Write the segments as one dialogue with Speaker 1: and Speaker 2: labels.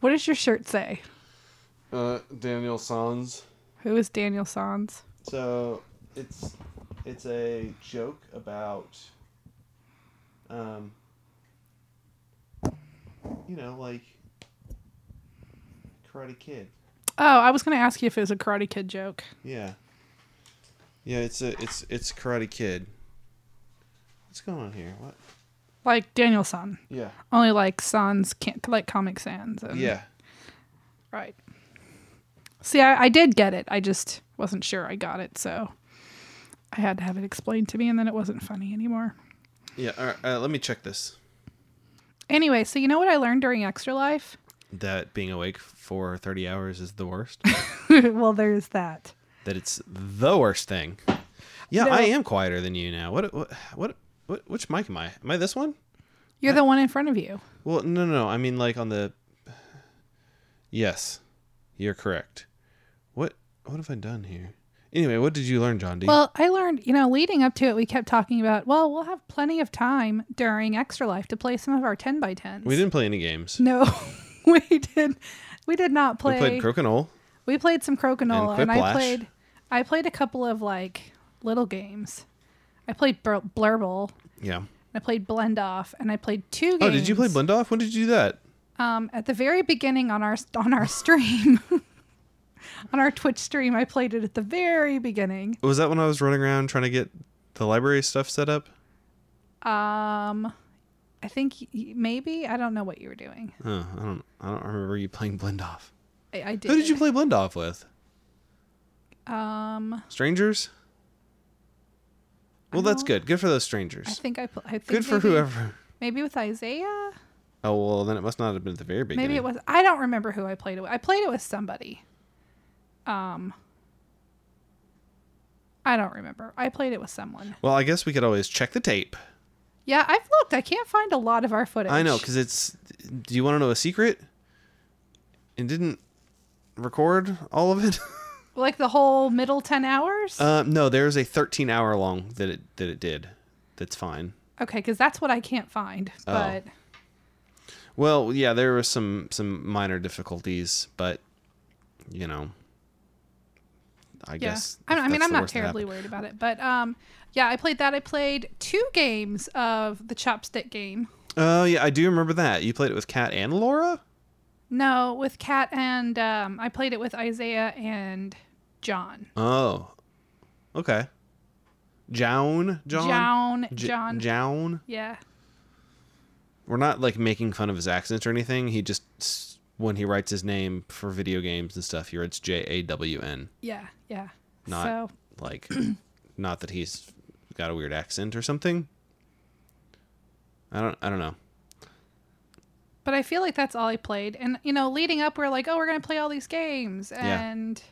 Speaker 1: What does your shirt say?
Speaker 2: Uh, Daniel Sans.
Speaker 1: Who is Daniel Sans?
Speaker 3: So it's it's a joke about um you know like Karate Kid.
Speaker 1: Oh, I was going to ask you if it was a Karate Kid joke.
Speaker 3: Yeah. Yeah, it's a it's it's Karate Kid. What's going on here? What?
Speaker 1: Like Daniel San.
Speaker 3: Yeah.
Speaker 1: Only like Sans can't like Comic Sans. And,
Speaker 3: Yeah.
Speaker 1: Right. See, I, I did get it. I just wasn't sure I got it, so I had to have it explained to me, and then it wasn't funny anymore.
Speaker 3: Yeah. All right, uh, let me check this.
Speaker 1: Anyway, so you know what I learned during Extra Life?
Speaker 3: That being awake for 30 hours is the worst.
Speaker 1: well, there's that.
Speaker 3: that it's the worst thing. Yeah,
Speaker 1: No.
Speaker 3: I am quieter than you now. What, what what what which mic am I? Am I this one?
Speaker 1: You're the one in front of you.
Speaker 3: Well, no, no, no. I mean like on the Yes. You're correct. What what have I done here? Anyway, what did you learn, John D?
Speaker 1: Well, I learned, you know, leading up to it, we kept talking about, well, we'll have plenty of time during Extra Life to play some of our 10 by 10s.
Speaker 3: we didn't play any games.
Speaker 1: No, we did. We did not play.
Speaker 3: We played Crokinole.
Speaker 1: We played some Croconola,
Speaker 3: And
Speaker 1: and, I
Speaker 3: Quiplash.
Speaker 1: played. I played a couple of like little games. I played Bur- Blurble.
Speaker 3: Yeah.
Speaker 1: and I played Blend Off, and I played two games.
Speaker 3: Oh, did you play Blend Off? When did you do that?
Speaker 1: Um, at the very beginning on our on our stream, on our Twitch stream, I played it at the very beginning.
Speaker 3: Was that when I was running around trying to get the library stuff set up?
Speaker 1: Um, I think y- y- maybe I don't know what you were doing.
Speaker 3: Oh, I don't I don't remember you playing Blend Off.
Speaker 1: I, I did.
Speaker 3: Who did you play Blend Off with?
Speaker 1: Um,
Speaker 3: Strangers? Well, that's
Speaker 1: don't-
Speaker 3: good. Good for those
Speaker 1: I
Speaker 3: strangers.
Speaker 1: think I. Pl- I think
Speaker 3: Good for
Speaker 1: maybe-
Speaker 3: whoever.
Speaker 1: Maybe with Isaiah.
Speaker 3: Oh, well, then it must not have been at the very beginning.
Speaker 1: Maybe it was. I don't remember who I played it with. I played it with somebody. Um, I don't remember. I played it with someone.
Speaker 3: Well, I guess we could always check the tape.
Speaker 1: Yeah, I've looked. I can't find a lot of our footage.
Speaker 3: I know, because it's. Do you want to know a secret? It didn't record all of it.
Speaker 1: like the whole middle ten hours. Okay, 'cause
Speaker 3: uh, no, there's a 13 hour long that it that it did. That's fine.
Speaker 1: okay, because that's what I can't find.
Speaker 3: oh,
Speaker 1: But
Speaker 3: Well, yeah, there were some some minor difficulties, but you know, I
Speaker 1: yeah,
Speaker 3: guess.
Speaker 1: I,
Speaker 3: if
Speaker 1: I mean,
Speaker 3: that's
Speaker 1: I'm
Speaker 3: the
Speaker 1: not
Speaker 3: worst that happened.
Speaker 1: terribly worried about it. But um, yeah, I played that. I played two games of the chopstick game.
Speaker 3: Oh yeah, I do remember that. You played it with Kat and Laura.
Speaker 1: No, with Kat and um, I played it with Isaiah and John.
Speaker 3: Oh, okay. Jown, John,
Speaker 1: John,
Speaker 3: J-
Speaker 1: John.
Speaker 3: Jown.
Speaker 1: yeah.
Speaker 3: We're not like making fun of his accents or anything. He just s- when he writes his name for video games and stuff, he writes J A W N.
Speaker 1: Yeah, yeah.
Speaker 3: Not-
Speaker 1: so
Speaker 3: Like, not that he's got a weird accent or something. I don't. I don't know.
Speaker 1: but I feel like that's all I played. And you know, leading up we are like, oh we're gonna play all these games
Speaker 3: Yeah.
Speaker 1: and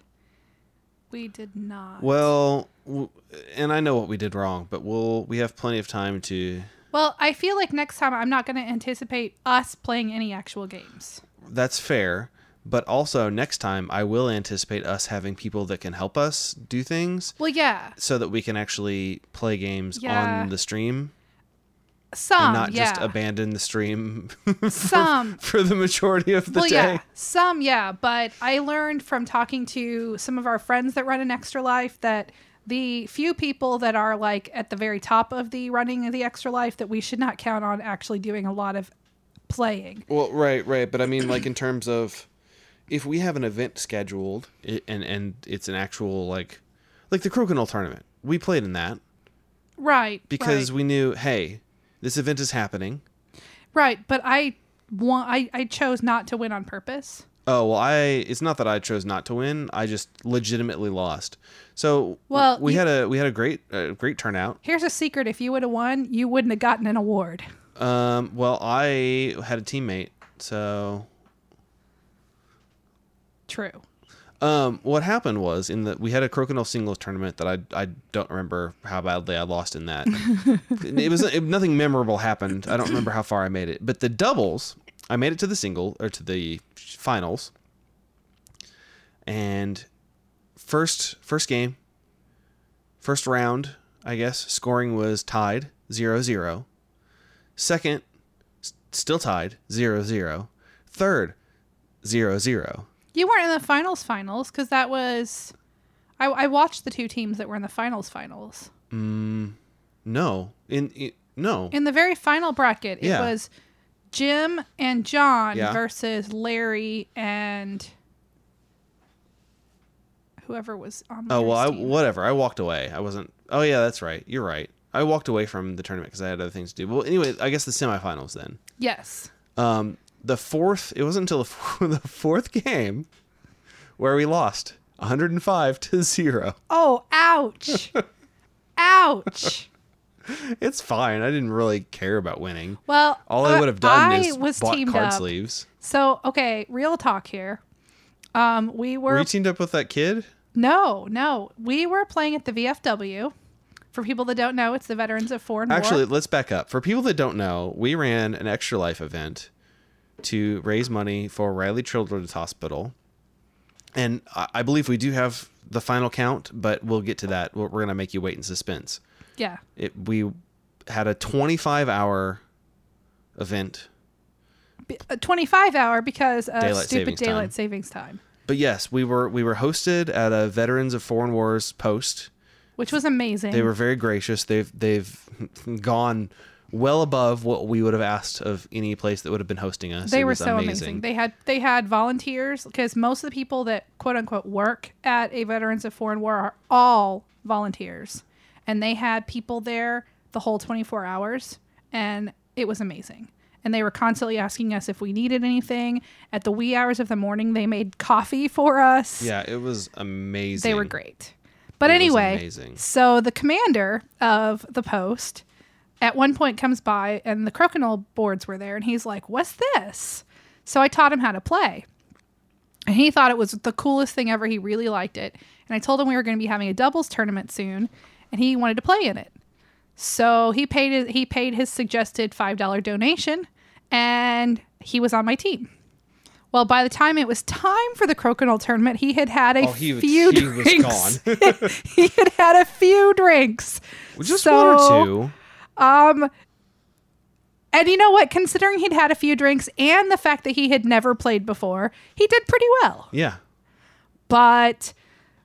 Speaker 1: we did not.
Speaker 3: Well, w- and I know what we did wrong, but we'll we have plenty of time to.
Speaker 1: Well, I feel like next time I'm not gonna anticipate us playing any actual games.
Speaker 3: That's fair. But also next time, I will anticipate us having people that can help us do things.
Speaker 1: Well yeah.
Speaker 3: so that we can actually play games
Speaker 1: Yeah.
Speaker 3: on the stream
Speaker 1: Some
Speaker 3: and not
Speaker 1: yeah.
Speaker 3: just abandon the stream
Speaker 1: some
Speaker 3: for the majority of the
Speaker 1: well
Speaker 3: day.
Speaker 1: yeah. Some yeah, but I learned from talking to some of our friends that run an extra life that the few people that are like at the very top of the running of the extra life that we should not count on actually doing a lot of playing.
Speaker 3: Well, right, right, but I mean like in terms of if we have an event scheduled i- and and it's an actual like like the Crokinole tournament. We played in that
Speaker 1: Right.
Speaker 3: because
Speaker 1: right,
Speaker 3: we knew, hey, this event is happening.
Speaker 1: right, but I want I I chose not to win on purpose.
Speaker 3: Oh, well, I it's not that I chose not to win. I just legitimately lost. So,
Speaker 1: Well,
Speaker 3: we
Speaker 1: you-
Speaker 3: had a we had a great uh, great turnout.
Speaker 1: Here's a secret: if you would have won, you wouldn't have gotten an award.
Speaker 3: Um, well, I had a teammate, so
Speaker 1: True.
Speaker 3: um, what happened was in the we had a Crokinole singles tournament that I I don't remember how badly I lost in that. it was it, nothing memorable happened. I don't remember how far I made it, but the doubles I made it to the single or to the finals, and first first game, first round I guess scoring was tied 0-0. Second, s- still tied 0-0. Third, zero zero.
Speaker 1: You weren't in the finals finals because that was. I, I watched the two teams that were in the finals finals.
Speaker 3: No, in, in no,
Speaker 1: In the very final bracket, it
Speaker 3: Yeah.
Speaker 1: was Jim and John
Speaker 3: Yeah.
Speaker 1: versus Larry and whoever was on.
Speaker 3: Oh
Speaker 1: Larry's
Speaker 3: well, I,
Speaker 1: team.
Speaker 3: whatever. I walked away. I wasn't. Oh yeah, that's right. You're right. I walked away from the tournament because I had other things to do. Well, anyway, I guess the semifinals then.
Speaker 1: yes,
Speaker 3: Um, the fourth. It wasn't until the, four, the fourth game where we lost 105 to zero.
Speaker 1: Oh, ouch. ouch.
Speaker 3: It's fine. I didn't really care about winning.
Speaker 1: Well, uh,
Speaker 3: All I would have done
Speaker 1: I
Speaker 3: is
Speaker 1: was
Speaker 3: bought
Speaker 1: teamed
Speaker 3: card
Speaker 1: up.
Speaker 3: sleeves.
Speaker 1: So, okay, real talk here. Um, we were,
Speaker 3: Were you teamed up with that kid?
Speaker 1: no, no, we were playing at the VFW. For people that don't know, it's the Veterans of Foreign
Speaker 3: Actually,
Speaker 1: War.
Speaker 3: let's back up. For people that don't know, we ran an Extra Life event to raise money for Riley Children's Hospital. And I I believe we do have the final count, but we'll get to that. We're going to make you wait in suspense.
Speaker 1: Yeah.
Speaker 3: It, we had a 25 hour event.
Speaker 1: B- a 25 hour because of
Speaker 3: Daylight
Speaker 1: stupid
Speaker 3: savings
Speaker 1: daylight
Speaker 3: time.
Speaker 1: savings time,
Speaker 3: But yes, we were we were hosted at a Veterans of Foreign Wars post.
Speaker 1: which was amazing.
Speaker 3: They were very gracious. They've they've gone well above what we would have asked of any place that would have been hosting us.
Speaker 1: They
Speaker 3: It
Speaker 1: were
Speaker 3: was
Speaker 1: so amazing. They had they had volunteers because most of the people that quote unquote work at a Veterans of Foreign War are all volunteers, and they had people there the whole 24 hours, and it was amazing. And they were constantly asking us if we needed anything. At the wee hours of the morning, they made coffee for us.
Speaker 3: Yeah, it was amazing.
Speaker 1: They were great. But
Speaker 3: was
Speaker 1: anyway,
Speaker 3: amazing.
Speaker 1: so the commander of the post at one point comes by and the crokinole boards were there and he's like, "What's this?" So I taught him how to play. And he thought it was the coolest thing ever. He really liked it. And I told him we were going to be having a doubles tournament soon and he wanted to play in it. So he paid his, he paid his suggested $5 donation and he was on my team. Well, by the time it was time for the crokinole tournament, he had had a
Speaker 3: Oh, he, was-
Speaker 1: few
Speaker 3: he was
Speaker 1: drinks.
Speaker 3: gone.
Speaker 1: he had had a few drinks.
Speaker 3: Just
Speaker 1: So-
Speaker 3: one or two.
Speaker 1: And you know what? Considering he'd had a few drinks and the fact that he had never played before, he did pretty well.
Speaker 3: Yeah.
Speaker 1: But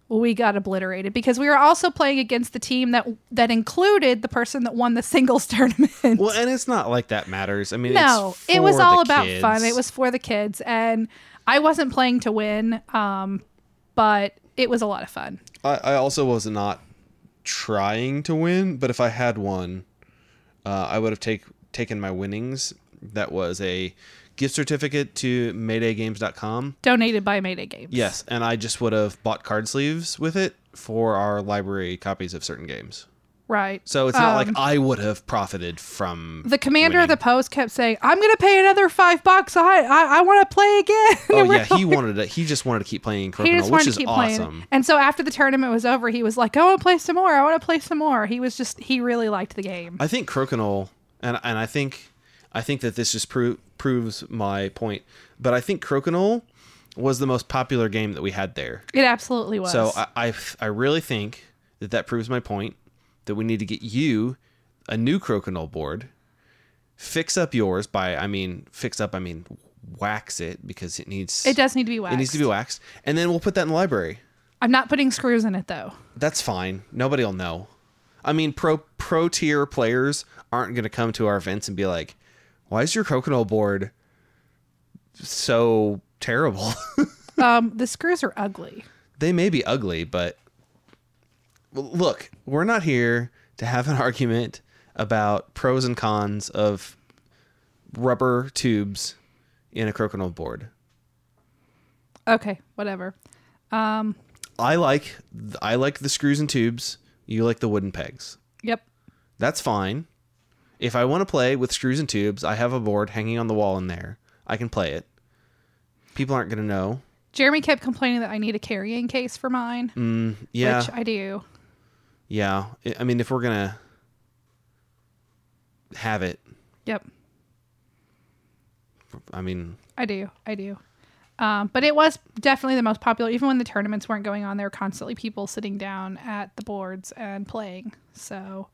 Speaker 1: we got obliterated because we were also playing against the team that that included the person that won the singles tournament.
Speaker 3: Well, and it's not like that matters. I mean,
Speaker 1: no,
Speaker 3: it's
Speaker 1: it was
Speaker 3: for
Speaker 1: all
Speaker 3: the
Speaker 1: about
Speaker 3: kids.
Speaker 1: fun. It was for the kids, and I wasn't playing to win, um, but it was a lot of fun.
Speaker 3: I, I also was not trying to win, but if I had won, uh, I would have take taken my winnings. That was a gift certificate to MaydayGames.com.
Speaker 1: Donated by Mayday Games.
Speaker 3: Yes, and I just would have bought card sleeves with it for our library copies of certain games.
Speaker 1: right.
Speaker 3: So it's not
Speaker 1: Um,
Speaker 3: like I would have profited from
Speaker 1: the commander of the post kept saying, "I'm going to pay another five bucks. I I, I want to play again."
Speaker 3: Oh
Speaker 1: And we're
Speaker 3: yeah, he wanted to, he just wanted to keep
Speaker 1: He
Speaker 3: playing Crokinole,
Speaker 1: just wanted
Speaker 3: which
Speaker 1: to
Speaker 3: is
Speaker 1: keep playing.
Speaker 3: awesome.
Speaker 1: And so after the tournament was over, he was like, I want to play some more. I want to play some more. He was just, he really liked the game.
Speaker 3: I think Crokinole, and and I think I think that this just pro- proves my point. But I think Crokinole was the most popular game that we had there.
Speaker 1: It absolutely was.
Speaker 3: So uh, I, I I really think that that proves my point that we need to get you a new Crokinole board, fix up yours by I mean fix up I mean wax it because it needs
Speaker 1: it does need to be waxed.
Speaker 3: it needs to be waxed, and then we'll put that in the library.
Speaker 1: I'm not putting screws in it though.
Speaker 3: That's fine. Nobody'll know. I mean, pro pro tier players aren't going to come to our events and be like, "Why is your crokinole board so terrible?"
Speaker 1: Um, the screws are ugly.
Speaker 3: they may be ugly, but Well, look, we're not here to have an argument about pros and cons of rubber tubes in a crokinole board.
Speaker 1: Okay, whatever.
Speaker 3: I like I like the screws and tubes. You like the wooden pegs.
Speaker 1: Yep.
Speaker 3: That's fine. If I want to play with screws and tubes, I have a board hanging on the wall in there. I can play it. People aren't going to know.
Speaker 1: Jeremy kept complaining that I need a carrying case for mine,
Speaker 3: Mm, Yeah.
Speaker 1: which I do.
Speaker 3: yeah. I- I mean, if we're going to have it,
Speaker 1: Yep.
Speaker 3: I mean,
Speaker 1: I do. I do. Um, but it was definitely the most popular. Even when the tournaments weren't going on, there were constantly people sitting down at the boards and playing. So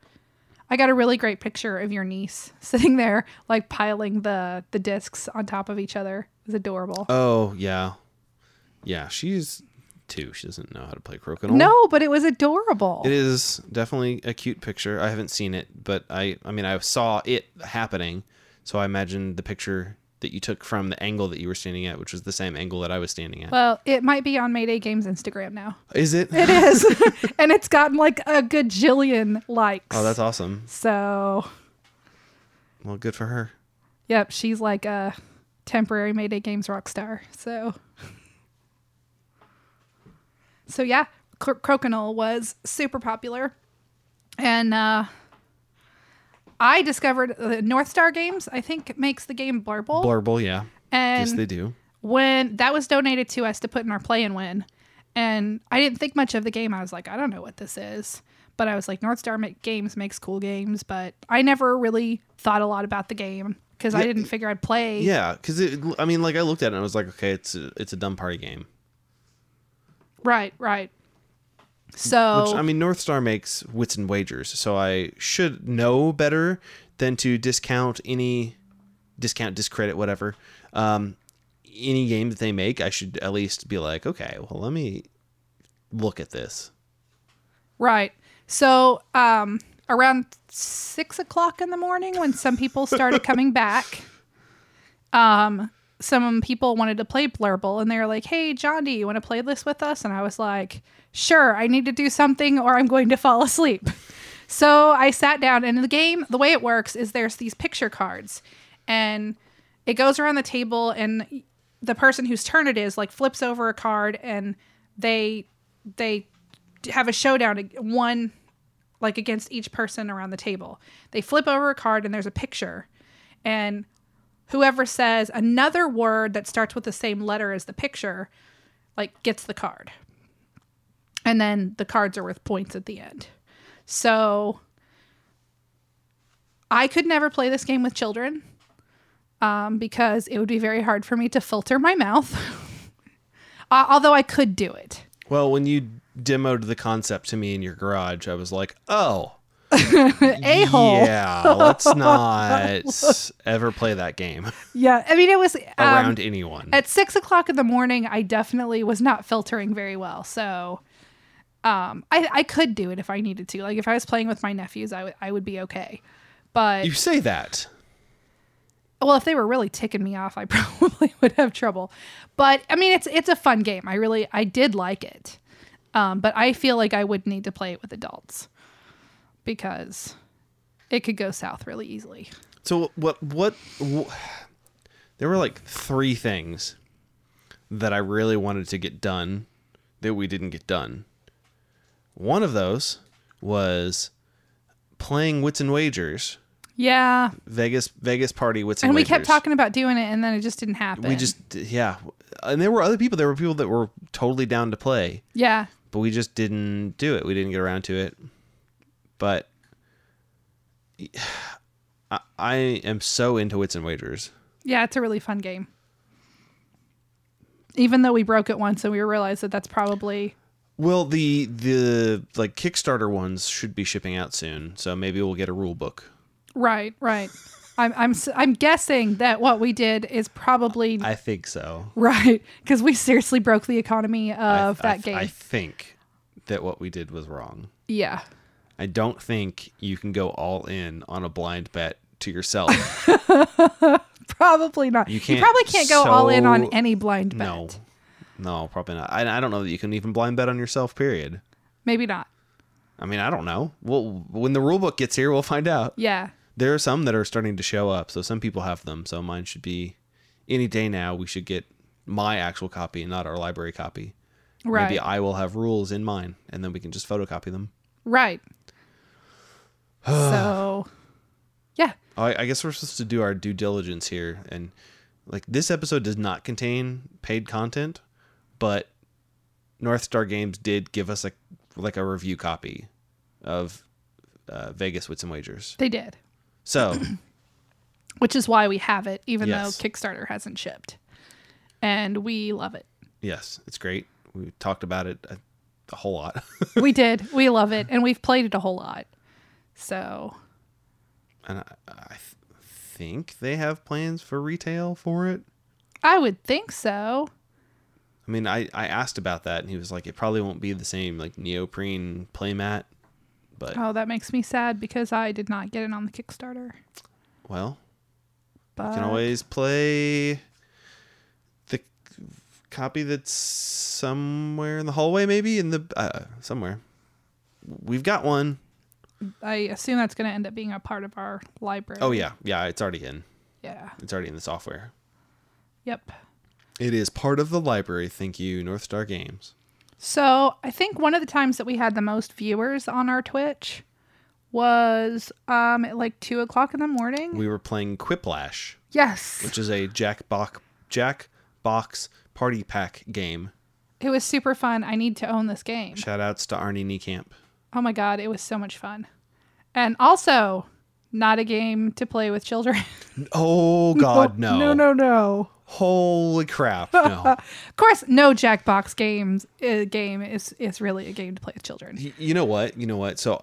Speaker 1: I got a really great picture of your niece sitting there, like piling the the discs on top of each other. It was adorable.
Speaker 3: Oh yeah, yeah. She's two. She doesn't know how to play crokinole.
Speaker 1: no, but it was adorable.
Speaker 3: It is definitely a cute picture. I haven't seen it, but I I mean I saw it happening, so I imagine the picture that you took from the angle that you were standing at, which was the same angle that I was standing at.
Speaker 1: well, it might be on Mayday Games Instagram now.
Speaker 3: Is it?
Speaker 1: It is, and it's gotten like a gajillion likes.
Speaker 3: Oh, that's awesome.
Speaker 1: so.
Speaker 3: Well, good for her.
Speaker 1: Yep, she's like a temporary Mayday Games rock star. So, so yeah, Cro- Crokinole was super popular, and uh, I discovered uh, North Star Games. I think makes the game Blurble,
Speaker 3: Blurble, yeah.
Speaker 1: Oh. and
Speaker 3: yes, they do.
Speaker 1: when that was donated to us to put in our play and win, and I didn't think much of the game. I was like, I don't know what this is. But I was like, North Star ma- Games makes cool games, but I never really thought a lot about the game because I
Speaker 3: Yeah.
Speaker 1: didn't figure I'd play.
Speaker 3: Yeah, because it. I mean, like I looked at it and I was like, okay, it's a, it's a dumb party game.
Speaker 1: Right, right. So,
Speaker 3: Which I mean, North Star makes wits and wagers, so I should know better than to discount any discount, discredit, whatever. Um, any game that they make, I should at least be like, okay, well, let me look at this.
Speaker 1: right. So, um, around six o'clock in the morning, when some people started coming back, um, some people wanted to play Blurble, and they were like, "Hey, John, do you want to play this with us?" And I was like, "Sure. I need to do something, or I'm going to fall asleep." So I sat down, and the game, the way it works is there's these picture cards, and it goes around the table, and the person whose turn it is like flips over a card, and they they have a showdown ag- one like against each person around the table. They flip over a card, and there's a picture, and whoever says another word that starts with the same letter as the picture, like gets the card, and then the cards are worth points at the end. So I could never play this game with children um, because it would be very hard for me to filter my mouth. uh, although I could do it.
Speaker 3: Well, when you demoed the concept to me in your garage, I was like, oh,
Speaker 1: A hole. Yeah.
Speaker 3: yeah, let's not ever play that
Speaker 1: Um,
Speaker 3: game
Speaker 1: I mean, it was um,
Speaker 3: around anyone.
Speaker 1: at six o'clock in the morning. I definitely was not filtering very well. So um, I, I could do it if I needed to. Like if I was playing with my nephews, I would I would be okay. But
Speaker 3: You say that.
Speaker 1: well if they were really ticking me off i probably would have trouble but i mean it's it's a fun game i really i did like it um, but i feel like i would need to play it with adults because it could go south really easily
Speaker 3: So what what, wh- there were like three things that I really wanted to get done that we didn't get done. One of those was playing Wits and Wagers,
Speaker 1: yeah
Speaker 3: Vegas Vegas Party Wits and,
Speaker 1: and we
Speaker 3: Wagers.
Speaker 1: kept talking about doing it and then it just didn't happen
Speaker 3: We just yeah, and there were other people. There were people that were totally down to play,
Speaker 1: yeah
Speaker 3: but we just didn't do it. We didn't get around to it. But I, I am so into Wits and Wagers.
Speaker 1: yeah it's a really fun game even though we broke it once and we realized that that's probably
Speaker 3: Well, the the like Kickstarter ones should be shipping out soon, so maybe we'll get a rule book.
Speaker 1: right right I'm, I'm s- i'm guessing that what we did is probably
Speaker 3: I think so.
Speaker 1: Right, because we seriously broke the economy of
Speaker 3: I,
Speaker 1: that
Speaker 3: I-
Speaker 1: game.
Speaker 3: I think that what we did was wrong.
Speaker 1: yeah,
Speaker 3: I don't think you can go all in on a blind bet to yourself.
Speaker 1: probably not. You,
Speaker 3: can't-
Speaker 1: probably can't go all in on
Speaker 3: so-
Speaker 1: any blind bet.
Speaker 3: no, no, probably not. I, I don't know that you can even blind bet on yourself. Period.
Speaker 1: Maybe not.
Speaker 3: I mean, I don't know. Well, when the rule book gets here, we'll find out.
Speaker 1: Yeah,
Speaker 3: There are some that are starting to show up, so some people have them. So mine should be any day now. We should get my actual copy, not our library copy.
Speaker 1: right,
Speaker 3: Maybe I will have rules in mine, and then we can just photocopy them.
Speaker 1: right. so, yeah,
Speaker 3: I, I guess we're supposed to do our due diligence here, and like this episode does not contain paid content, but North Star Games did give us a like a review copy of uh, Vegas with some wagers.
Speaker 1: they did,
Speaker 3: So
Speaker 1: which is why we have it, even
Speaker 3: Yes.
Speaker 1: though Kickstarter hasn't shipped, and we love it.
Speaker 3: yes, it's great. We talked about it a, a whole lot.
Speaker 1: we did, we love it, and we've played it a whole lot. So,
Speaker 3: and I, I th- think they have plans for retail for it.
Speaker 1: I would think so.
Speaker 3: I mean, I, I asked about that, and he was like, it probably won't be the same like neoprene playmat, but
Speaker 1: Oh, that makes me sad because I did not get it on the Kickstarter.
Speaker 3: well,
Speaker 1: But
Speaker 3: you
Speaker 1: Uh,
Speaker 3: can always play the c- copy that's somewhere in the hallway, maybe in the uh, somewhere. We've got one.
Speaker 1: I assume that's going to end up being a part of our library.
Speaker 3: Oh yeah, yeah, it's already in.
Speaker 1: Yeah.
Speaker 3: It's already in the software.
Speaker 1: Yep.
Speaker 3: It is part of the library. Thank you, North Star Games.
Speaker 1: So I think one of the times that we had the most viewers on our Twitch was um at like two o'clock in the morning.
Speaker 3: We were playing Quiplash,
Speaker 1: yes.
Speaker 3: which is a Jack Box Jack Box Party Pack game.
Speaker 1: It was super fun. I need to own this game.
Speaker 3: Shout outs to Arnie Niekamp.
Speaker 1: Oh my god, it was so much fun. And also not a game to play with children.
Speaker 3: Oh God, no.
Speaker 1: no, no, no.
Speaker 3: Holy crap, no.
Speaker 1: Of course, no Jackbox games uh, game is is really a game to play with children.
Speaker 3: Y- you know what? You know what? So uh,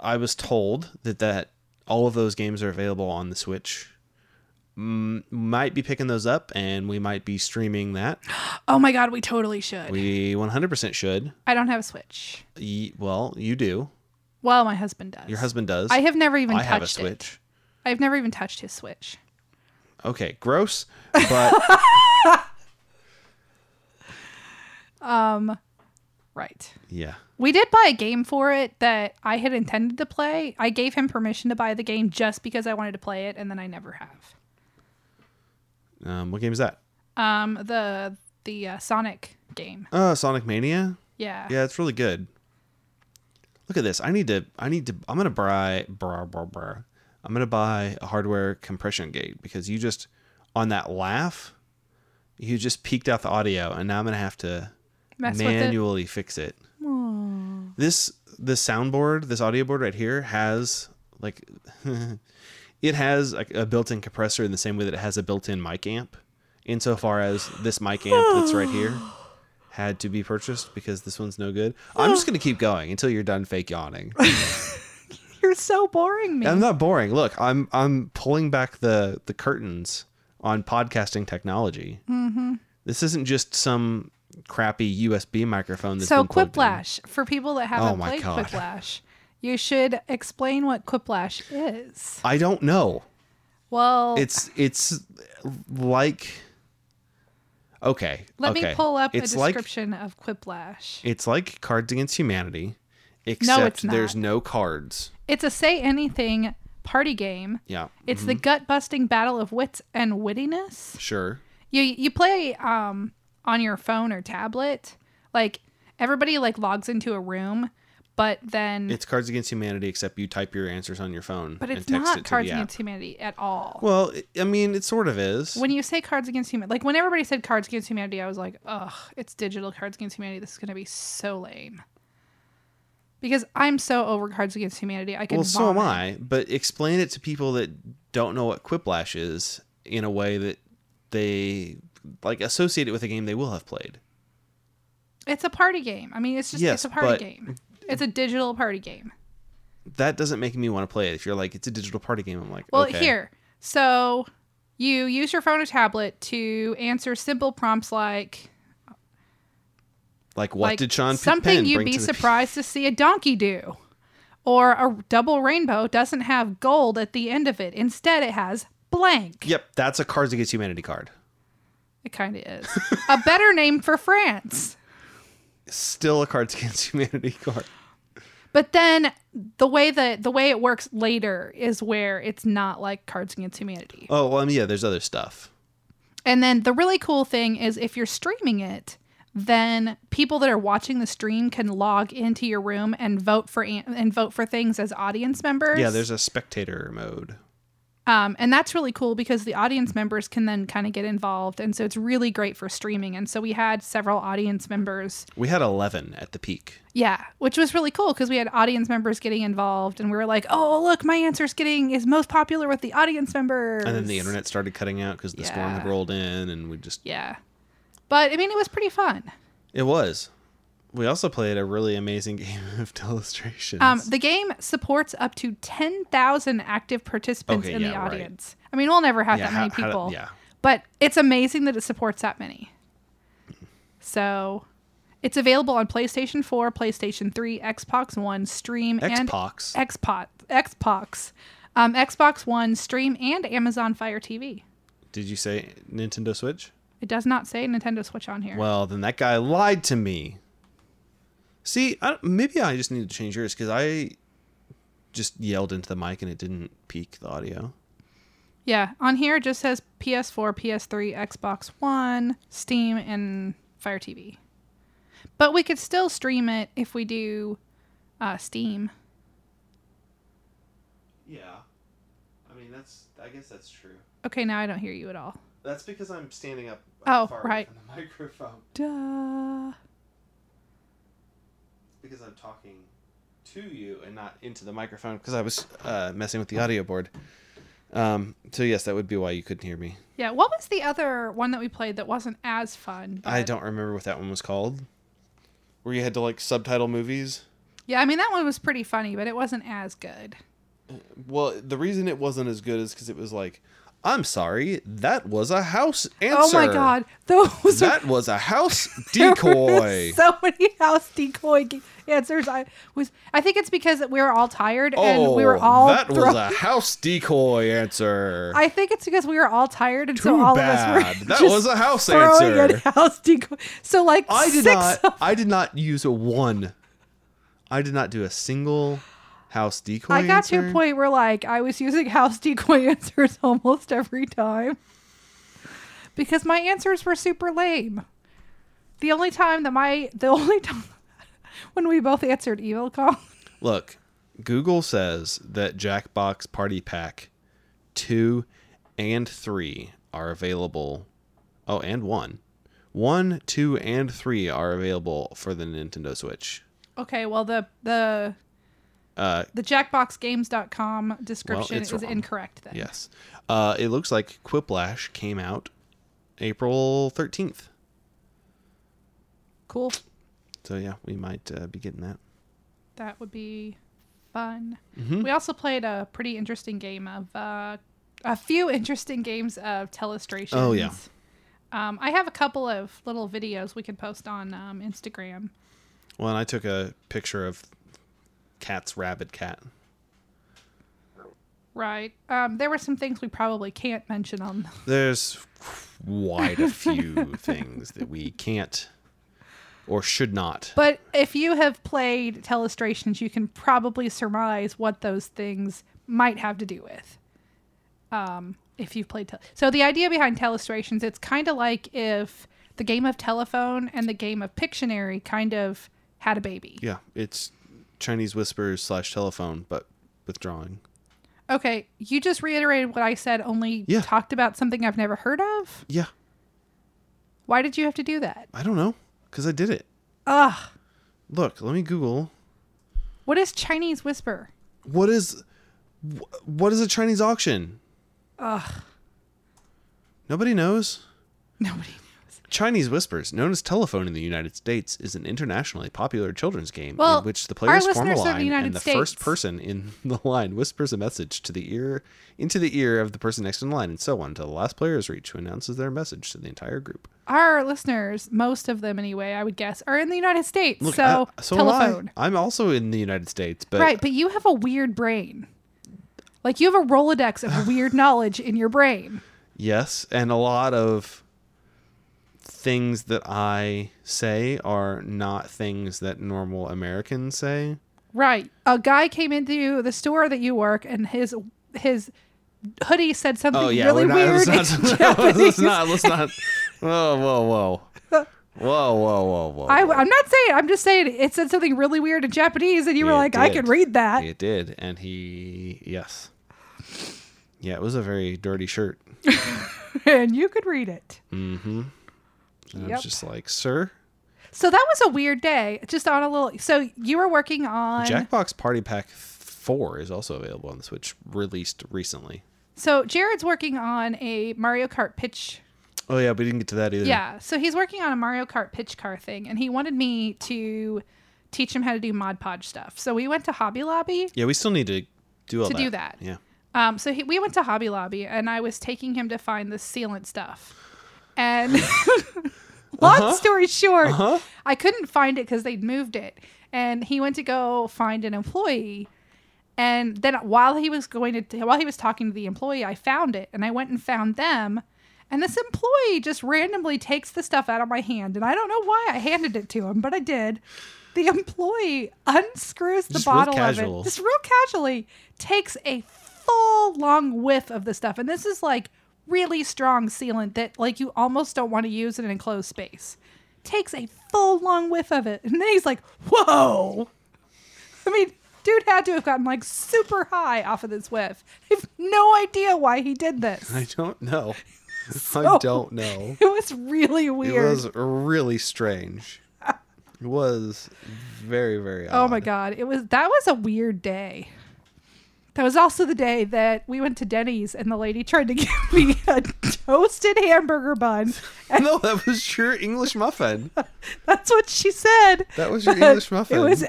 Speaker 3: I was told that that all of those games are available on the Switch. M- might be picking those up, and we might be streaming that.
Speaker 1: Oh my god, we totally should.
Speaker 3: We 100% should.
Speaker 1: I don't have a Switch.
Speaker 3: Y- well, you do.
Speaker 1: Well, my husband does.
Speaker 3: Your husband does.
Speaker 1: I have never even
Speaker 3: I
Speaker 1: touched
Speaker 3: have a
Speaker 1: it.
Speaker 3: Switch.
Speaker 1: I've never even touched his Switch.
Speaker 3: Okay, gross, but
Speaker 1: Right.
Speaker 3: yeah.
Speaker 1: We did buy a game for it that I had intended to play. I gave him permission to buy the game just because I wanted to play it, and then I never have.
Speaker 3: Um, what game is that?
Speaker 1: Um, the the uh, Sonic game.
Speaker 3: Uh, Sonic Mania.
Speaker 1: Yeah.
Speaker 3: Yeah, it's really good. Look at this. I need to. I need to. I'm gonna buy. Brr, brr, brr. I'm gonna buy a hardware compression gate because you just on that laugh, you just peaked out the audio, and now I'm gonna have to
Speaker 1: Mess with it.
Speaker 3: manually fix it. This this soundboard, this audio board right here has like, it has like a built-in compressor in the same way that it has a built-in mic amp. Insofar as this mic amp that's right here had to be purchased because this one's no good. I'm just gonna keep going until you're done fake yawning.
Speaker 1: You're so boring me.
Speaker 3: I'm not boring. Look, I'm I'm pulling back the the curtains on podcasting technology. Mm-hmm. This isn't just some crappy USB microphone. That's
Speaker 1: so
Speaker 3: been plugged in. Oh
Speaker 1: Quiplash for people that haven't
Speaker 3: my
Speaker 1: played
Speaker 3: God.
Speaker 1: Quiplash. You should explain what Quiplash is.
Speaker 3: I don't know.
Speaker 1: Well,
Speaker 3: It's it's like okay.
Speaker 1: let me
Speaker 3: okay.
Speaker 1: pull up
Speaker 3: it's
Speaker 1: a description of Quiplash.
Speaker 3: Like, it's like Cards Against Humanity, except there's no cards.
Speaker 1: It's a say anything party game.
Speaker 3: Yeah,
Speaker 1: It's the gut busting battle of wits and wittiness.
Speaker 3: sure.
Speaker 1: You you play um on your phone or tablet. Like everybody like logs into a room, but then
Speaker 3: It's Cards Against Humanity, except you type your answers on your phone.
Speaker 1: but it's
Speaker 3: and text
Speaker 1: not
Speaker 3: it to
Speaker 1: Cards
Speaker 3: the app.
Speaker 1: Against Humanity at all.
Speaker 3: Well, I- I mean, it sort of is.
Speaker 1: when you say Cards Against Humanity, like when everybody said Cards Against Humanity, I was like, ugh, it's digital Cards Against Humanity. This is gonna be so lame. Because I'm so over Cards Against Humanity, I can.
Speaker 3: well, so am
Speaker 1: vomit.
Speaker 3: I. But explain it to people that don't know what Quiplash is in a way that they like associate it with a game they will have played.
Speaker 1: It's a party game. I mean, it's just it's
Speaker 3: Yes,
Speaker 1: a party
Speaker 3: but-
Speaker 1: game. It's a digital party game.
Speaker 3: That doesn't make me want to play it. If you're like, it's a digital party game, I'm like,
Speaker 1: Well,
Speaker 3: okay.
Speaker 1: here. So you use your phone or tablet to answer simple prompts like
Speaker 3: like, what
Speaker 1: like
Speaker 3: did Sean P-
Speaker 1: something
Speaker 3: Penn
Speaker 1: you'd
Speaker 3: bring
Speaker 1: be
Speaker 3: to the-
Speaker 1: surprised to see a donkey do. Or a double rainbow doesn't have gold at the end of it. Instead, it has blank.
Speaker 3: Yep, that's a Cards Against Humanity card.
Speaker 1: It kind of is. a better name for France.
Speaker 3: Still a Cards Against Humanity card.
Speaker 1: But then the way that the way it works later is where it's not like Cards Against Humanity.
Speaker 3: Oh, well, I mean, yeah, there's other stuff.
Speaker 1: And then the really cool thing is if you're streaming it, then people that are watching the stream can log into your room and vote for an- and vote for things as audience members.
Speaker 3: Yeah, there's a spectator mode.
Speaker 1: um, and that's really cool because the audience members can then kind of get involved, and so it's really great for streaming. And so we had several audience members,
Speaker 3: We had 11 at the peak.
Speaker 1: yeah, which was really cool because we had audience members getting involved, and we were like, oh look, my answer's getting is most popular with the audience members.
Speaker 3: And then the internet started cutting out because the storm had
Speaker 1: Yeah.
Speaker 3: rolled in, and we just
Speaker 1: yeah, but I mean it was pretty fun.
Speaker 3: it was. We also played a really amazing game of illustrations.
Speaker 1: Um, the game supports up to 10,000 active participants
Speaker 3: Okay,
Speaker 1: in the
Speaker 3: yeah, right.
Speaker 1: audience. I mean, we'll never have
Speaker 3: Yeah,
Speaker 1: that
Speaker 3: how-
Speaker 1: many
Speaker 3: how do-
Speaker 1: people.
Speaker 3: yeah.
Speaker 1: But it's amazing that it supports that many. So it's available on PlayStation 4, PlayStation 3, Xbox One, Stream, and
Speaker 3: Xbox.
Speaker 1: Xbox. Xbox. Um, Xbox One, Stream, and Amazon Fire TV.
Speaker 3: Did you say Nintendo Switch?
Speaker 1: It does not say Nintendo Switch on here.
Speaker 3: Well, then that guy lied to me. See, I, maybe I just need to change yours because I just yelled into the mic and it didn't peak the audio.
Speaker 1: Yeah, on here it just says PS4, PS3, Xbox One, Steam, and Fire TV. But we could still stream it if we do uh, Steam.
Speaker 3: Yeah, I mean that's. I guess that's true.
Speaker 1: Okay, now I don't hear you at all.
Speaker 3: That's because I'm standing up.
Speaker 1: Oh, far away right.
Speaker 3: From the microphone
Speaker 1: Duh.
Speaker 3: because I'm talking to you and not into the microphone because I was uh, messing with the audio board. Um. So yes, that would be why you couldn't hear me.
Speaker 1: Yeah, what was the other one that we played that wasn't as fun?
Speaker 3: I
Speaker 1: but-
Speaker 3: don't remember what that one was called. Where you had to like subtitle movies.
Speaker 1: Yeah, I mean, that one was pretty funny, but it wasn't as good.
Speaker 3: Well, the reason it wasn't as good is because it was like, I'm sorry, that was a house answer.
Speaker 1: Oh my god, those
Speaker 3: that was a house
Speaker 1: There were
Speaker 3: decoy.
Speaker 1: so many house decoy ga- answers. I was. I think it's because we were all tired and
Speaker 3: oh,
Speaker 1: we were all.
Speaker 3: that
Speaker 1: thrown-
Speaker 3: was a house decoy answer.
Speaker 1: I think it's because we were all tired, and so
Speaker 3: Too
Speaker 1: all of us were.
Speaker 3: bad. That
Speaker 1: just
Speaker 3: was a house
Speaker 1: throwing at
Speaker 3: answer.
Speaker 1: house decoy. So like
Speaker 3: I did
Speaker 1: six.
Speaker 3: not. I did not use a one. I did not do a single house decoy.
Speaker 1: I got to
Speaker 3: answer.
Speaker 1: a point where like I was using house decoy answers almost every time because my answers were super lame. The only time that my the only time when we both answered evil call.
Speaker 3: Look, Google says that Jackbox Party Pack 2 and 3 are available. Oh, and 1. 1, 2, and 3 are available for the Nintendo Switch.
Speaker 1: Okay, well the the
Speaker 3: Uh,
Speaker 1: the jackboxgames.com description
Speaker 3: it's
Speaker 1: is
Speaker 3: wrong.
Speaker 1: incorrect then.
Speaker 3: yes. Uh, it looks like Quiplash came out April 13th.
Speaker 1: Cool.
Speaker 3: So, yeah, we might uh, be getting that.
Speaker 1: That would be fun.
Speaker 3: Mm-hmm.
Speaker 1: We also played a pretty interesting game of uh, a few interesting games of telestrations.
Speaker 3: Oh, yeah.
Speaker 1: Um, I have a couple of little videos we could post on um, Instagram.
Speaker 3: Well, and I took a picture of Cat's Rabbit Cat.
Speaker 1: Right. Um, there were some things we probably can't mention on.
Speaker 3: there's quite a few things that we can't or should not.
Speaker 1: But if you have played telestrations, you can probably surmise what those things might have to do with. Um, if you've played tel- so the idea behind telestrations, it's kind of like if the game of telephone and the game of Pictionary kind of had a baby.
Speaker 3: yeah, it's Chinese whispers slash telephone, but with drawing.
Speaker 1: Okay, you just reiterated what I said. Only
Speaker 3: Yeah.
Speaker 1: talked about something I've never heard of.
Speaker 3: Yeah,
Speaker 1: Why did you have to do that?
Speaker 3: I don't know, cause I did it.
Speaker 1: Ugh.
Speaker 3: Look, let me Google
Speaker 1: What is Chinese whisper?
Speaker 3: what is wh- what is a Chinese auction. Ugh. Nobody knows.
Speaker 1: Nobody knows.
Speaker 3: Chinese Whispers, known as telephone in the United States, is an internationally popular children's game
Speaker 1: Well,
Speaker 3: in which the
Speaker 1: our
Speaker 3: players form a
Speaker 1: listeners are in the
Speaker 3: line
Speaker 1: United
Speaker 3: and the first
Speaker 1: States.
Speaker 3: person in the line whispers a message to the ear into the ear of the person next in line and so on until the last player is reached who announces their message to the entire group.
Speaker 1: Our listeners, most of them anyway, I would guess, are in the United States.
Speaker 3: Look,
Speaker 1: so,
Speaker 3: I, so am I.
Speaker 1: telephone.
Speaker 3: I'm also in the United States, but
Speaker 1: right, but you have a weird brain. Like you have a Rolodex of weird knowledge in your brain.
Speaker 3: yes, and a lot of things that I say are not things that normal Americans say.
Speaker 1: Right. A guy came into the store that you work and his his hoodie said something
Speaker 3: Oh yeah,
Speaker 1: really
Speaker 3: we're not,
Speaker 1: weird.
Speaker 3: Let's
Speaker 1: in
Speaker 3: not,
Speaker 1: Japanese.
Speaker 3: let's not. Let's not. Whoa, whoa, whoa, whoa, whoa, whoa, whoa.
Speaker 1: I, am not saying. I'm just saying it said something really weird in Japanese, and you were
Speaker 3: It
Speaker 1: like, "I
Speaker 3: did.
Speaker 1: can read that."
Speaker 3: It did, and he yes, yeah, it was a very dirty shirt.
Speaker 1: and you could read it.
Speaker 3: And I
Speaker 1: Yep.
Speaker 3: was just like, sir,
Speaker 1: So that was a weird day. Just on a little. So you were working on.
Speaker 3: Jackbox Party Pack Four is also available on the Switch, released recently.
Speaker 1: So Jared's working on a Mario Kart pitch
Speaker 3: Oh yeah, we didn't get to that either.
Speaker 1: Yeah. So he's working on a Mario Kart pitch car thing, and he wanted me to teach him how to do Mod Podge stuff. So we went to Hobby Lobby.
Speaker 3: Yeah, we still need to do all
Speaker 1: To
Speaker 3: that.
Speaker 1: do that.
Speaker 3: Yeah.
Speaker 1: Um, so he, we went to Hobby Lobby, and I was taking him to find the sealant stuff. And long story short,
Speaker 3: Uh-huh.
Speaker 1: I couldn't find it because they'd moved it. And he went to go find an employee. And then while he was going to while he was talking to the employee, I found it and I went and found them. And this employee just randomly takes the stuff out of my hand. And I don't know why I handed it to him, but I did. The employee unscrews the
Speaker 3: Just real
Speaker 1: bottle of
Speaker 3: casual.
Speaker 1: it. Just real casually takes a full long whiff of the stuff. And this is like really strong sealant that like you almost don't want to use in an enclosed space. Takes a full long whiff of it. And then he's like, whoa. I mean, dude had to have gotten like super high off of this whiff. I have no idea why he did this.
Speaker 3: I don't know. I
Speaker 1: So-
Speaker 3: don't know.
Speaker 1: It was really
Speaker 3: It
Speaker 1: weird.
Speaker 3: was really strange. It was very very.
Speaker 1: oh
Speaker 3: odd.
Speaker 1: my god. It was that was a weird day. That was also the day that we went to Denny's and the lady tried to give me a toasted hamburger bun. And
Speaker 3: No, that was your English muffin.
Speaker 1: that's what she said.
Speaker 3: That was your
Speaker 1: But
Speaker 3: English muffin.
Speaker 1: It was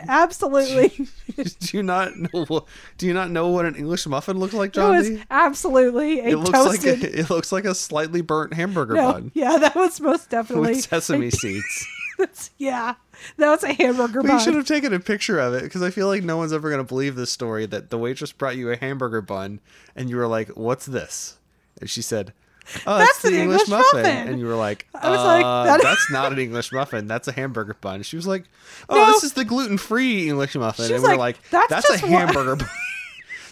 Speaker 1: absolutely
Speaker 3: do you not know? What, do you not know what an English muffin looks like,
Speaker 1: it
Speaker 3: John?
Speaker 1: was absolutely a
Speaker 3: it looks
Speaker 1: toasted
Speaker 3: like a, it looks like a slightly burnt hamburger
Speaker 1: no,
Speaker 3: bun
Speaker 1: yeah, that was most definitely
Speaker 3: with sesame
Speaker 1: a-
Speaker 3: seeds.
Speaker 1: yeah, that was a hamburger
Speaker 3: We
Speaker 1: bun.
Speaker 3: should have taken a picture of it because I feel like no one's ever going to believe this story that the waitress brought you a hamburger bun and you were like, "What's this?" And she said, "Oh, that's, the English, muffin. And you were like,
Speaker 1: I was like,
Speaker 3: "Uh,
Speaker 1: that-
Speaker 3: "That's not an English muffin. That's a hamburger bun." She was like, "Oh,
Speaker 1: No.
Speaker 3: this is the gluten-free English muffin."
Speaker 1: She
Speaker 3: and
Speaker 1: was
Speaker 3: we were
Speaker 1: like,
Speaker 3: like,
Speaker 1: "That's
Speaker 3: "That's,
Speaker 1: just
Speaker 3: a
Speaker 1: one."
Speaker 3: hamburger bun."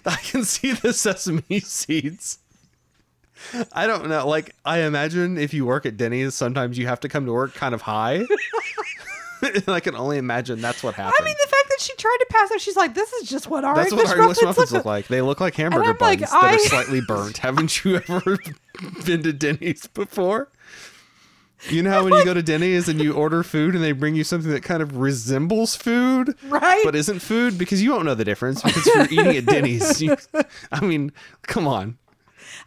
Speaker 3: I can see the sesame seeds. I don't know. Like, I imagine if you work at Denny's, sometimes you have to come to work kind of high. and I can only imagine that's what happened.
Speaker 1: I mean, the fact that she tried to pass it, she's like, "This is just what our
Speaker 3: that's
Speaker 1: English
Speaker 3: what our English
Speaker 1: muffins,
Speaker 3: muffins look like. They look like hamburger
Speaker 1: I'm like,
Speaker 3: buns that
Speaker 1: I-
Speaker 3: are slightly burnt. Haven't you ever been to Denny's before? You know how when you go to Denny's and you order food and they bring you something that kind of resembles food,
Speaker 1: Right.
Speaker 3: But isn't food because you don't know the difference because you're eating at Denny's. You- I mean, come on.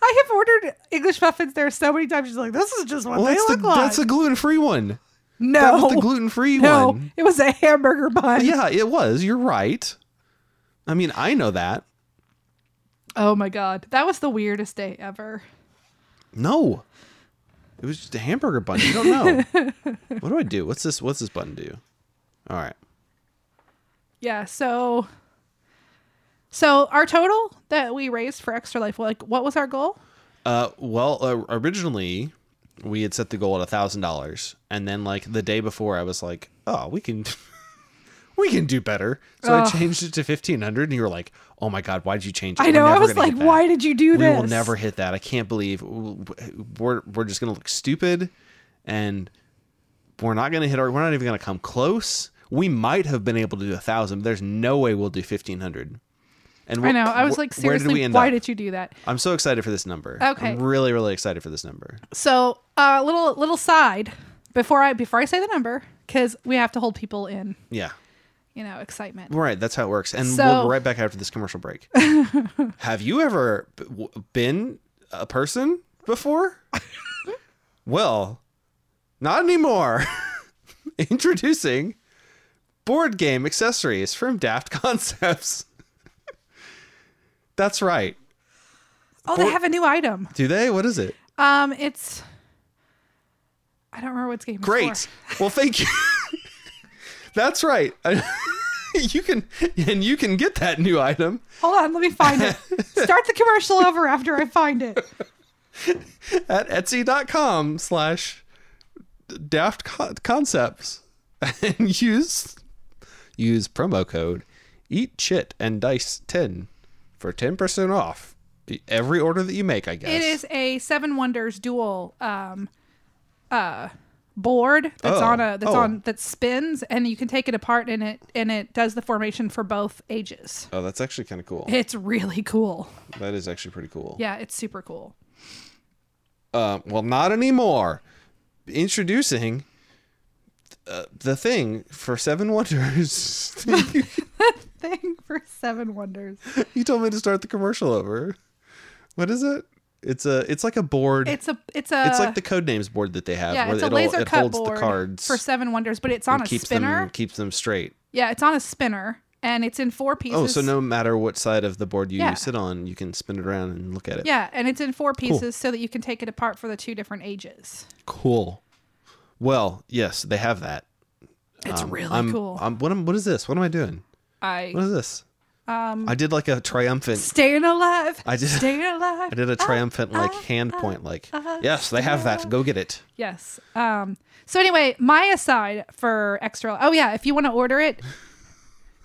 Speaker 1: I have ordered English muffins there so many times. She's like, "This is just what
Speaker 3: Well,
Speaker 1: they
Speaker 3: that's the,
Speaker 1: look like."
Speaker 3: that's a gluten free one.
Speaker 1: no,
Speaker 3: That was the gluten free
Speaker 1: no,
Speaker 3: one.
Speaker 1: it was a hamburger bun.
Speaker 3: Yeah, it was. You're right. I mean, I know that.
Speaker 1: Oh my god, that was the weirdest day ever.
Speaker 3: No. It was just a hamburger bun. You don't know. what do I do? What's this what's this button do? All right.
Speaker 1: Yeah, so so our total that we raised for extra life, like what was our goal?
Speaker 3: Uh well, uh, originally we had set the goal at $1000 and then like the day before I was like, "Oh, we can we can do better." So I
Speaker 1: Ugh.
Speaker 3: changed it to 1500 and you were like, "Oh my god, why'd you change it?"
Speaker 1: I
Speaker 3: We're
Speaker 1: know. I
Speaker 3: never
Speaker 1: was
Speaker 3: gonna
Speaker 1: like,
Speaker 3: hit that.
Speaker 1: "Why did you do
Speaker 3: we
Speaker 1: this?"
Speaker 3: will never hit that. I can't believe we're we're just gonna look stupid, and we're not gonna hit our. We're not even gonna come close. We might have been able to do a thousand. But there's no way we'll do fifteen hundred. And
Speaker 1: I
Speaker 3: wh-
Speaker 1: know. I was
Speaker 3: wh-
Speaker 1: like,
Speaker 3: where
Speaker 1: seriously,
Speaker 3: did we end
Speaker 1: why
Speaker 3: up?
Speaker 1: did you do that?
Speaker 3: I'm so excited for this number.
Speaker 1: Okay.
Speaker 3: I'm really, really excited for this number.
Speaker 1: So, uh, little little side before I before I say the number because we have to hold people in,
Speaker 3: Yeah.
Speaker 1: you know, excitement.
Speaker 3: All right. That's how it works. And
Speaker 1: So-
Speaker 3: we'll be right back after this commercial break. Have you ever b- w- been a person before? well, not anymore. Introducing board game accessories from Daft Concepts. That's right.
Speaker 1: Oh, they have a new item.
Speaker 3: Do they? What is it?
Speaker 1: Um, it's I don't remember what's game. it's
Speaker 3: Great.
Speaker 1: for.
Speaker 3: Well, thank you. That's right. you can and you can get that new item
Speaker 1: Hold on, let me find it. Start the commercial over after I find it.
Speaker 3: at etsy.com slash daft Con- concepts and use use promo code eat chit and dice 10 for 10% off e, every order that you make i guess
Speaker 1: It is a Seven Wonders dual um uh board that's
Speaker 3: Oh.
Speaker 1: on a that's
Speaker 3: Oh.
Speaker 1: on that spins and you can take it apart and it and it does the formation for both ages.
Speaker 3: oh that's actually kind of cool
Speaker 1: It's really cool.
Speaker 3: that is actually pretty cool
Speaker 1: Yeah, it's super cool.
Speaker 3: uh, well not anymore introducing uh, the thing for seven wonders
Speaker 1: Thing for Seven Wonders.
Speaker 3: you told me to start the commercial over what is it It's a it's like a board. It's,
Speaker 1: It's a it's a
Speaker 3: like the code names board that they have
Speaker 1: Uh, yeah,
Speaker 3: where
Speaker 1: it's a
Speaker 3: it'll,
Speaker 1: laser
Speaker 3: it
Speaker 1: cut
Speaker 3: holds
Speaker 1: board
Speaker 3: the cards
Speaker 1: for Seven Wonders, but it's on
Speaker 3: and
Speaker 1: a
Speaker 3: keeps
Speaker 1: spinner.
Speaker 3: them keeps them straight.
Speaker 1: Yeah, it's on a spinner and it's in four pieces.
Speaker 3: Oh, so no matter what side of the board you
Speaker 1: Yeah.
Speaker 3: sit on, you can spin it around and look at it.
Speaker 1: Yeah, and it's in four pieces so that you can take it apart for the two different ages.
Speaker 3: Cool. Well, yes, they have that.
Speaker 1: It's
Speaker 3: Um,
Speaker 1: really
Speaker 3: I'm-
Speaker 1: cool.
Speaker 3: I'm, what, am, what is this? What am I doing?
Speaker 1: I
Speaker 3: What is this? Um, I did like a triumphant.
Speaker 1: staying alive.
Speaker 3: I did.
Speaker 1: staying alive. Ah,
Speaker 3: I did a triumphant like
Speaker 1: uh,
Speaker 3: hand point. Like,
Speaker 1: uh-huh.
Speaker 3: yes, they have that. Go get it.
Speaker 1: Yes. Um, so anyway, my aside for extra. Oh yeah, if you want to order it,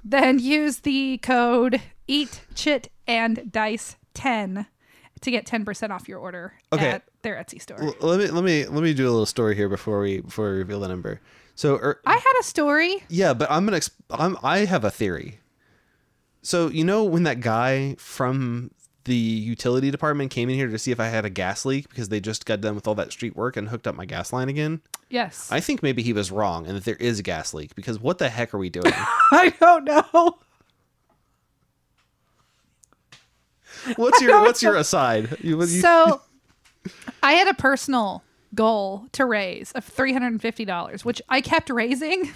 Speaker 1: then use the code Eat Chit and Dice ten to get ten percent off your order
Speaker 3: Okay.
Speaker 1: at their Etsy store.
Speaker 3: L- let me let me let me do a little story here before we before we reveal the number. So er,
Speaker 1: I had a story.
Speaker 3: yeah, but I'm gonna exp- I'm I have a theory. So you know when that guy from the utility department came in here to see if I had a gas leak because they just got done with all that street work and hooked up my gas line again.
Speaker 1: Yes.
Speaker 3: I think maybe he was wrong and that there is a gas leak because what the heck are we doing?
Speaker 1: I don't know.
Speaker 3: What's your what's your aside? You, you,
Speaker 1: So I had a personal goal to raise of $350, which I kept raising.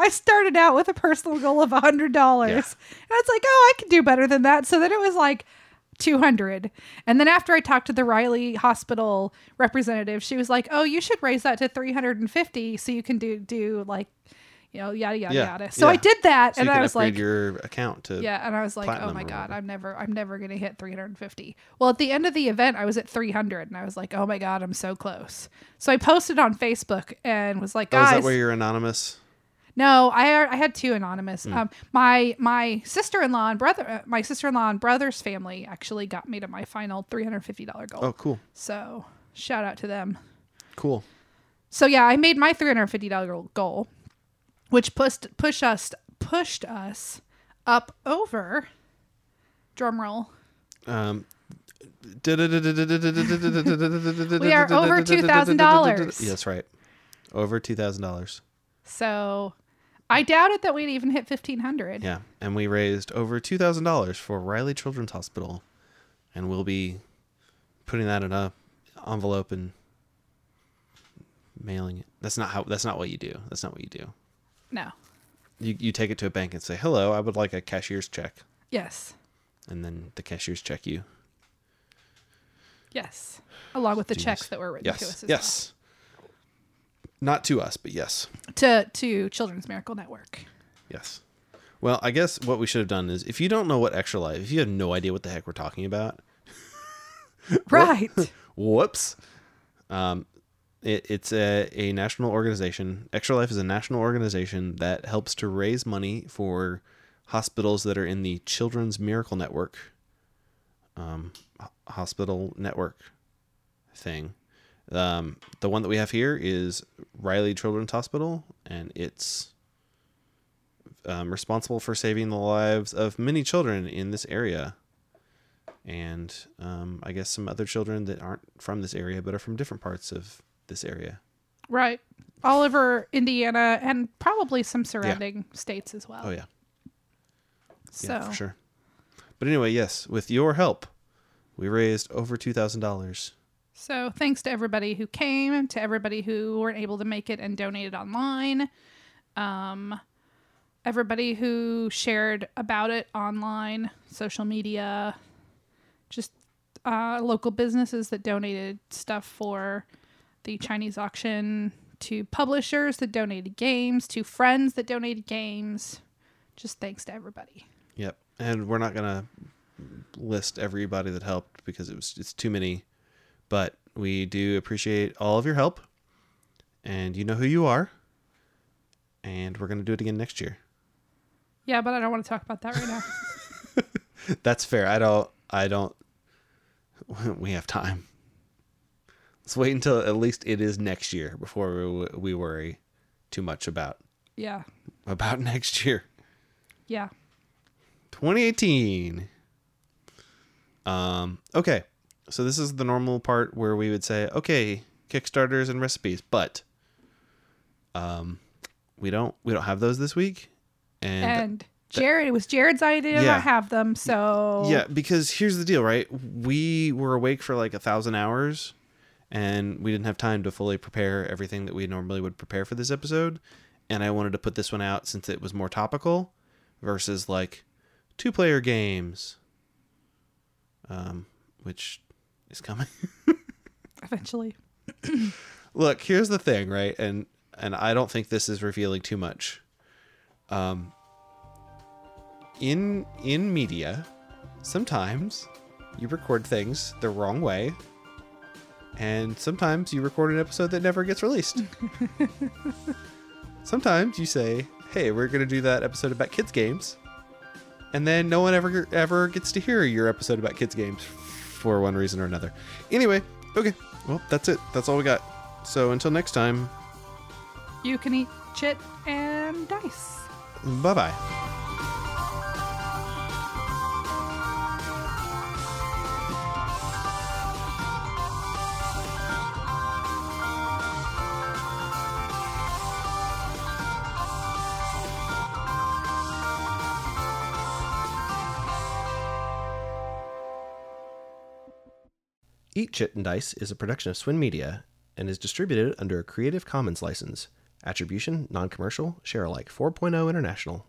Speaker 1: I started out with a personal goal of $100. And I was like, oh, I can do better than that. So then it was like 200. And then after I talked to the Riley Hospital representative, she was like, oh, you should raise that to 350 so you can do, do like, you know, yada, yada,
Speaker 3: Yeah,
Speaker 1: yada. So I
Speaker 3: yeah.
Speaker 1: did that.
Speaker 3: so
Speaker 1: and
Speaker 3: you
Speaker 1: I
Speaker 3: can
Speaker 1: was
Speaker 3: upgrade
Speaker 1: like,
Speaker 3: your account to
Speaker 1: yeah, and I was like, "Oh
Speaker 3: platinum
Speaker 1: my
Speaker 3: or
Speaker 1: god,
Speaker 3: whatever.
Speaker 1: I'm never, I'm never gonna hit 350." Well, at the end of the event, I was at 300, and I was like, "Oh my god, I'm so close." So I posted on Facebook and was like,
Speaker 3: Oh, is
Speaker 1: "Guys,
Speaker 3: that where you're anonymous?
Speaker 1: no, I I had two anonymous.
Speaker 3: Hmm.
Speaker 1: Um, my my sister in law and brother, uh, my sister in law and brother's family actually got me to my final 350 dollar goal.
Speaker 3: Oh, cool,
Speaker 1: So shout out to them.
Speaker 3: cool.
Speaker 1: So yeah, I made my three hundred fifty dollar goal, which pushed push us pushed us up over. Drum roll.
Speaker 3: Um,
Speaker 1: We
Speaker 3: we
Speaker 1: are over $2,000.
Speaker 3: Yes, right. Over two thousand dollars.
Speaker 1: So I doubted that we'd even hit 1500.
Speaker 3: Yeah, and we raised over two thousand dollars for Riley Children's Hospital, and we'll be putting that in a envelope and mailing it. That's not how. That's not what you do. That's not what you do.
Speaker 1: No.
Speaker 3: You you take it to a bank and say, "Hello, I would like a cashier's check,"
Speaker 1: Yes.
Speaker 3: and then the cashier's check you.
Speaker 1: Yes. Along with the
Speaker 3: Genius.
Speaker 1: checks that were written to us
Speaker 3: Yes.
Speaker 1: as
Speaker 3: Yes. Not to us, but yes.
Speaker 1: well. To to Children's Miracle Network.
Speaker 3: Yes. Well, I guess what we should have done is if you don't know what extra life, if you have no idea what the heck we're talking about,
Speaker 1: Right.
Speaker 3: whoops. Um, it, it's a, a national organization. Extra Life is a national organization that helps to raise money for hospitals that are in the Children's Miracle Network, um, h- hospital network thing. Um, the one that we have here is Riley Children's Hospital, and it's um, responsible for saving the lives of many children in this area and um, I guess some other children that aren't from this area but are from different parts of this area.
Speaker 1: right. All over Indiana and probably some surrounding states as well.
Speaker 3: Oh yeah,
Speaker 1: So
Speaker 3: yeah, for sure. But anyway, yes, with your help, we raised over two thousand dollars.
Speaker 1: so thanks to everybody who came, to everybody who weren't able to make it and donated online. Um everybody who shared about it online, social media, just uh, local businesses that donated stuff for the Chinese auction, to publishers that donated games, to friends that donated games. Just thanks to everybody.
Speaker 3: Yep, and we're not gonna list everybody that helped because it was it's too many, but we do appreciate all of your help, and you know who you are, and we're gonna do it again next year.
Speaker 1: Yeah, but I don't want to talk about that right now.
Speaker 3: That's fair. I don't. I don't. We have time. Let's wait until at least it is next year before we, we worry too much about
Speaker 1: yeah,
Speaker 3: about next year,
Speaker 1: yeah.
Speaker 3: 2018. Um. Okay. So this is the normal part where we would say, okay, kickstarters and recipes, but um, we don't we don't have those this week, and
Speaker 1: And Jared, it was Jared's idea to
Speaker 3: Yeah.
Speaker 1: not have them. So
Speaker 3: Yeah, because here's the deal, right? We were awake for like a thousand hours, and we didn't have time to fully prepare everything that we normally would prepare for this episode. And I wanted to put this one out since it was more topical, versus like two player games, um, which is coming.
Speaker 1: eventually.
Speaker 3: Look, here's the thing, right? And and I don't think this is revealing too much. Um in in media, sometimes you record things the wrong way. And sometimes you record an episode that never gets released. sometimes you say, "Hey, we're going to do that episode about kids games." And then no one ever ever gets to hear your episode about kids games for one reason or another. Anyway, okay. Well, that's it. That's all we got. So until next time,
Speaker 1: You can eat chit and dice.
Speaker 3: bye-bye. Eat Chit and Dice is a production of Swin Media and is distributed under a Creative Commons license. Attribution, non commercial, share alike 4.0 international.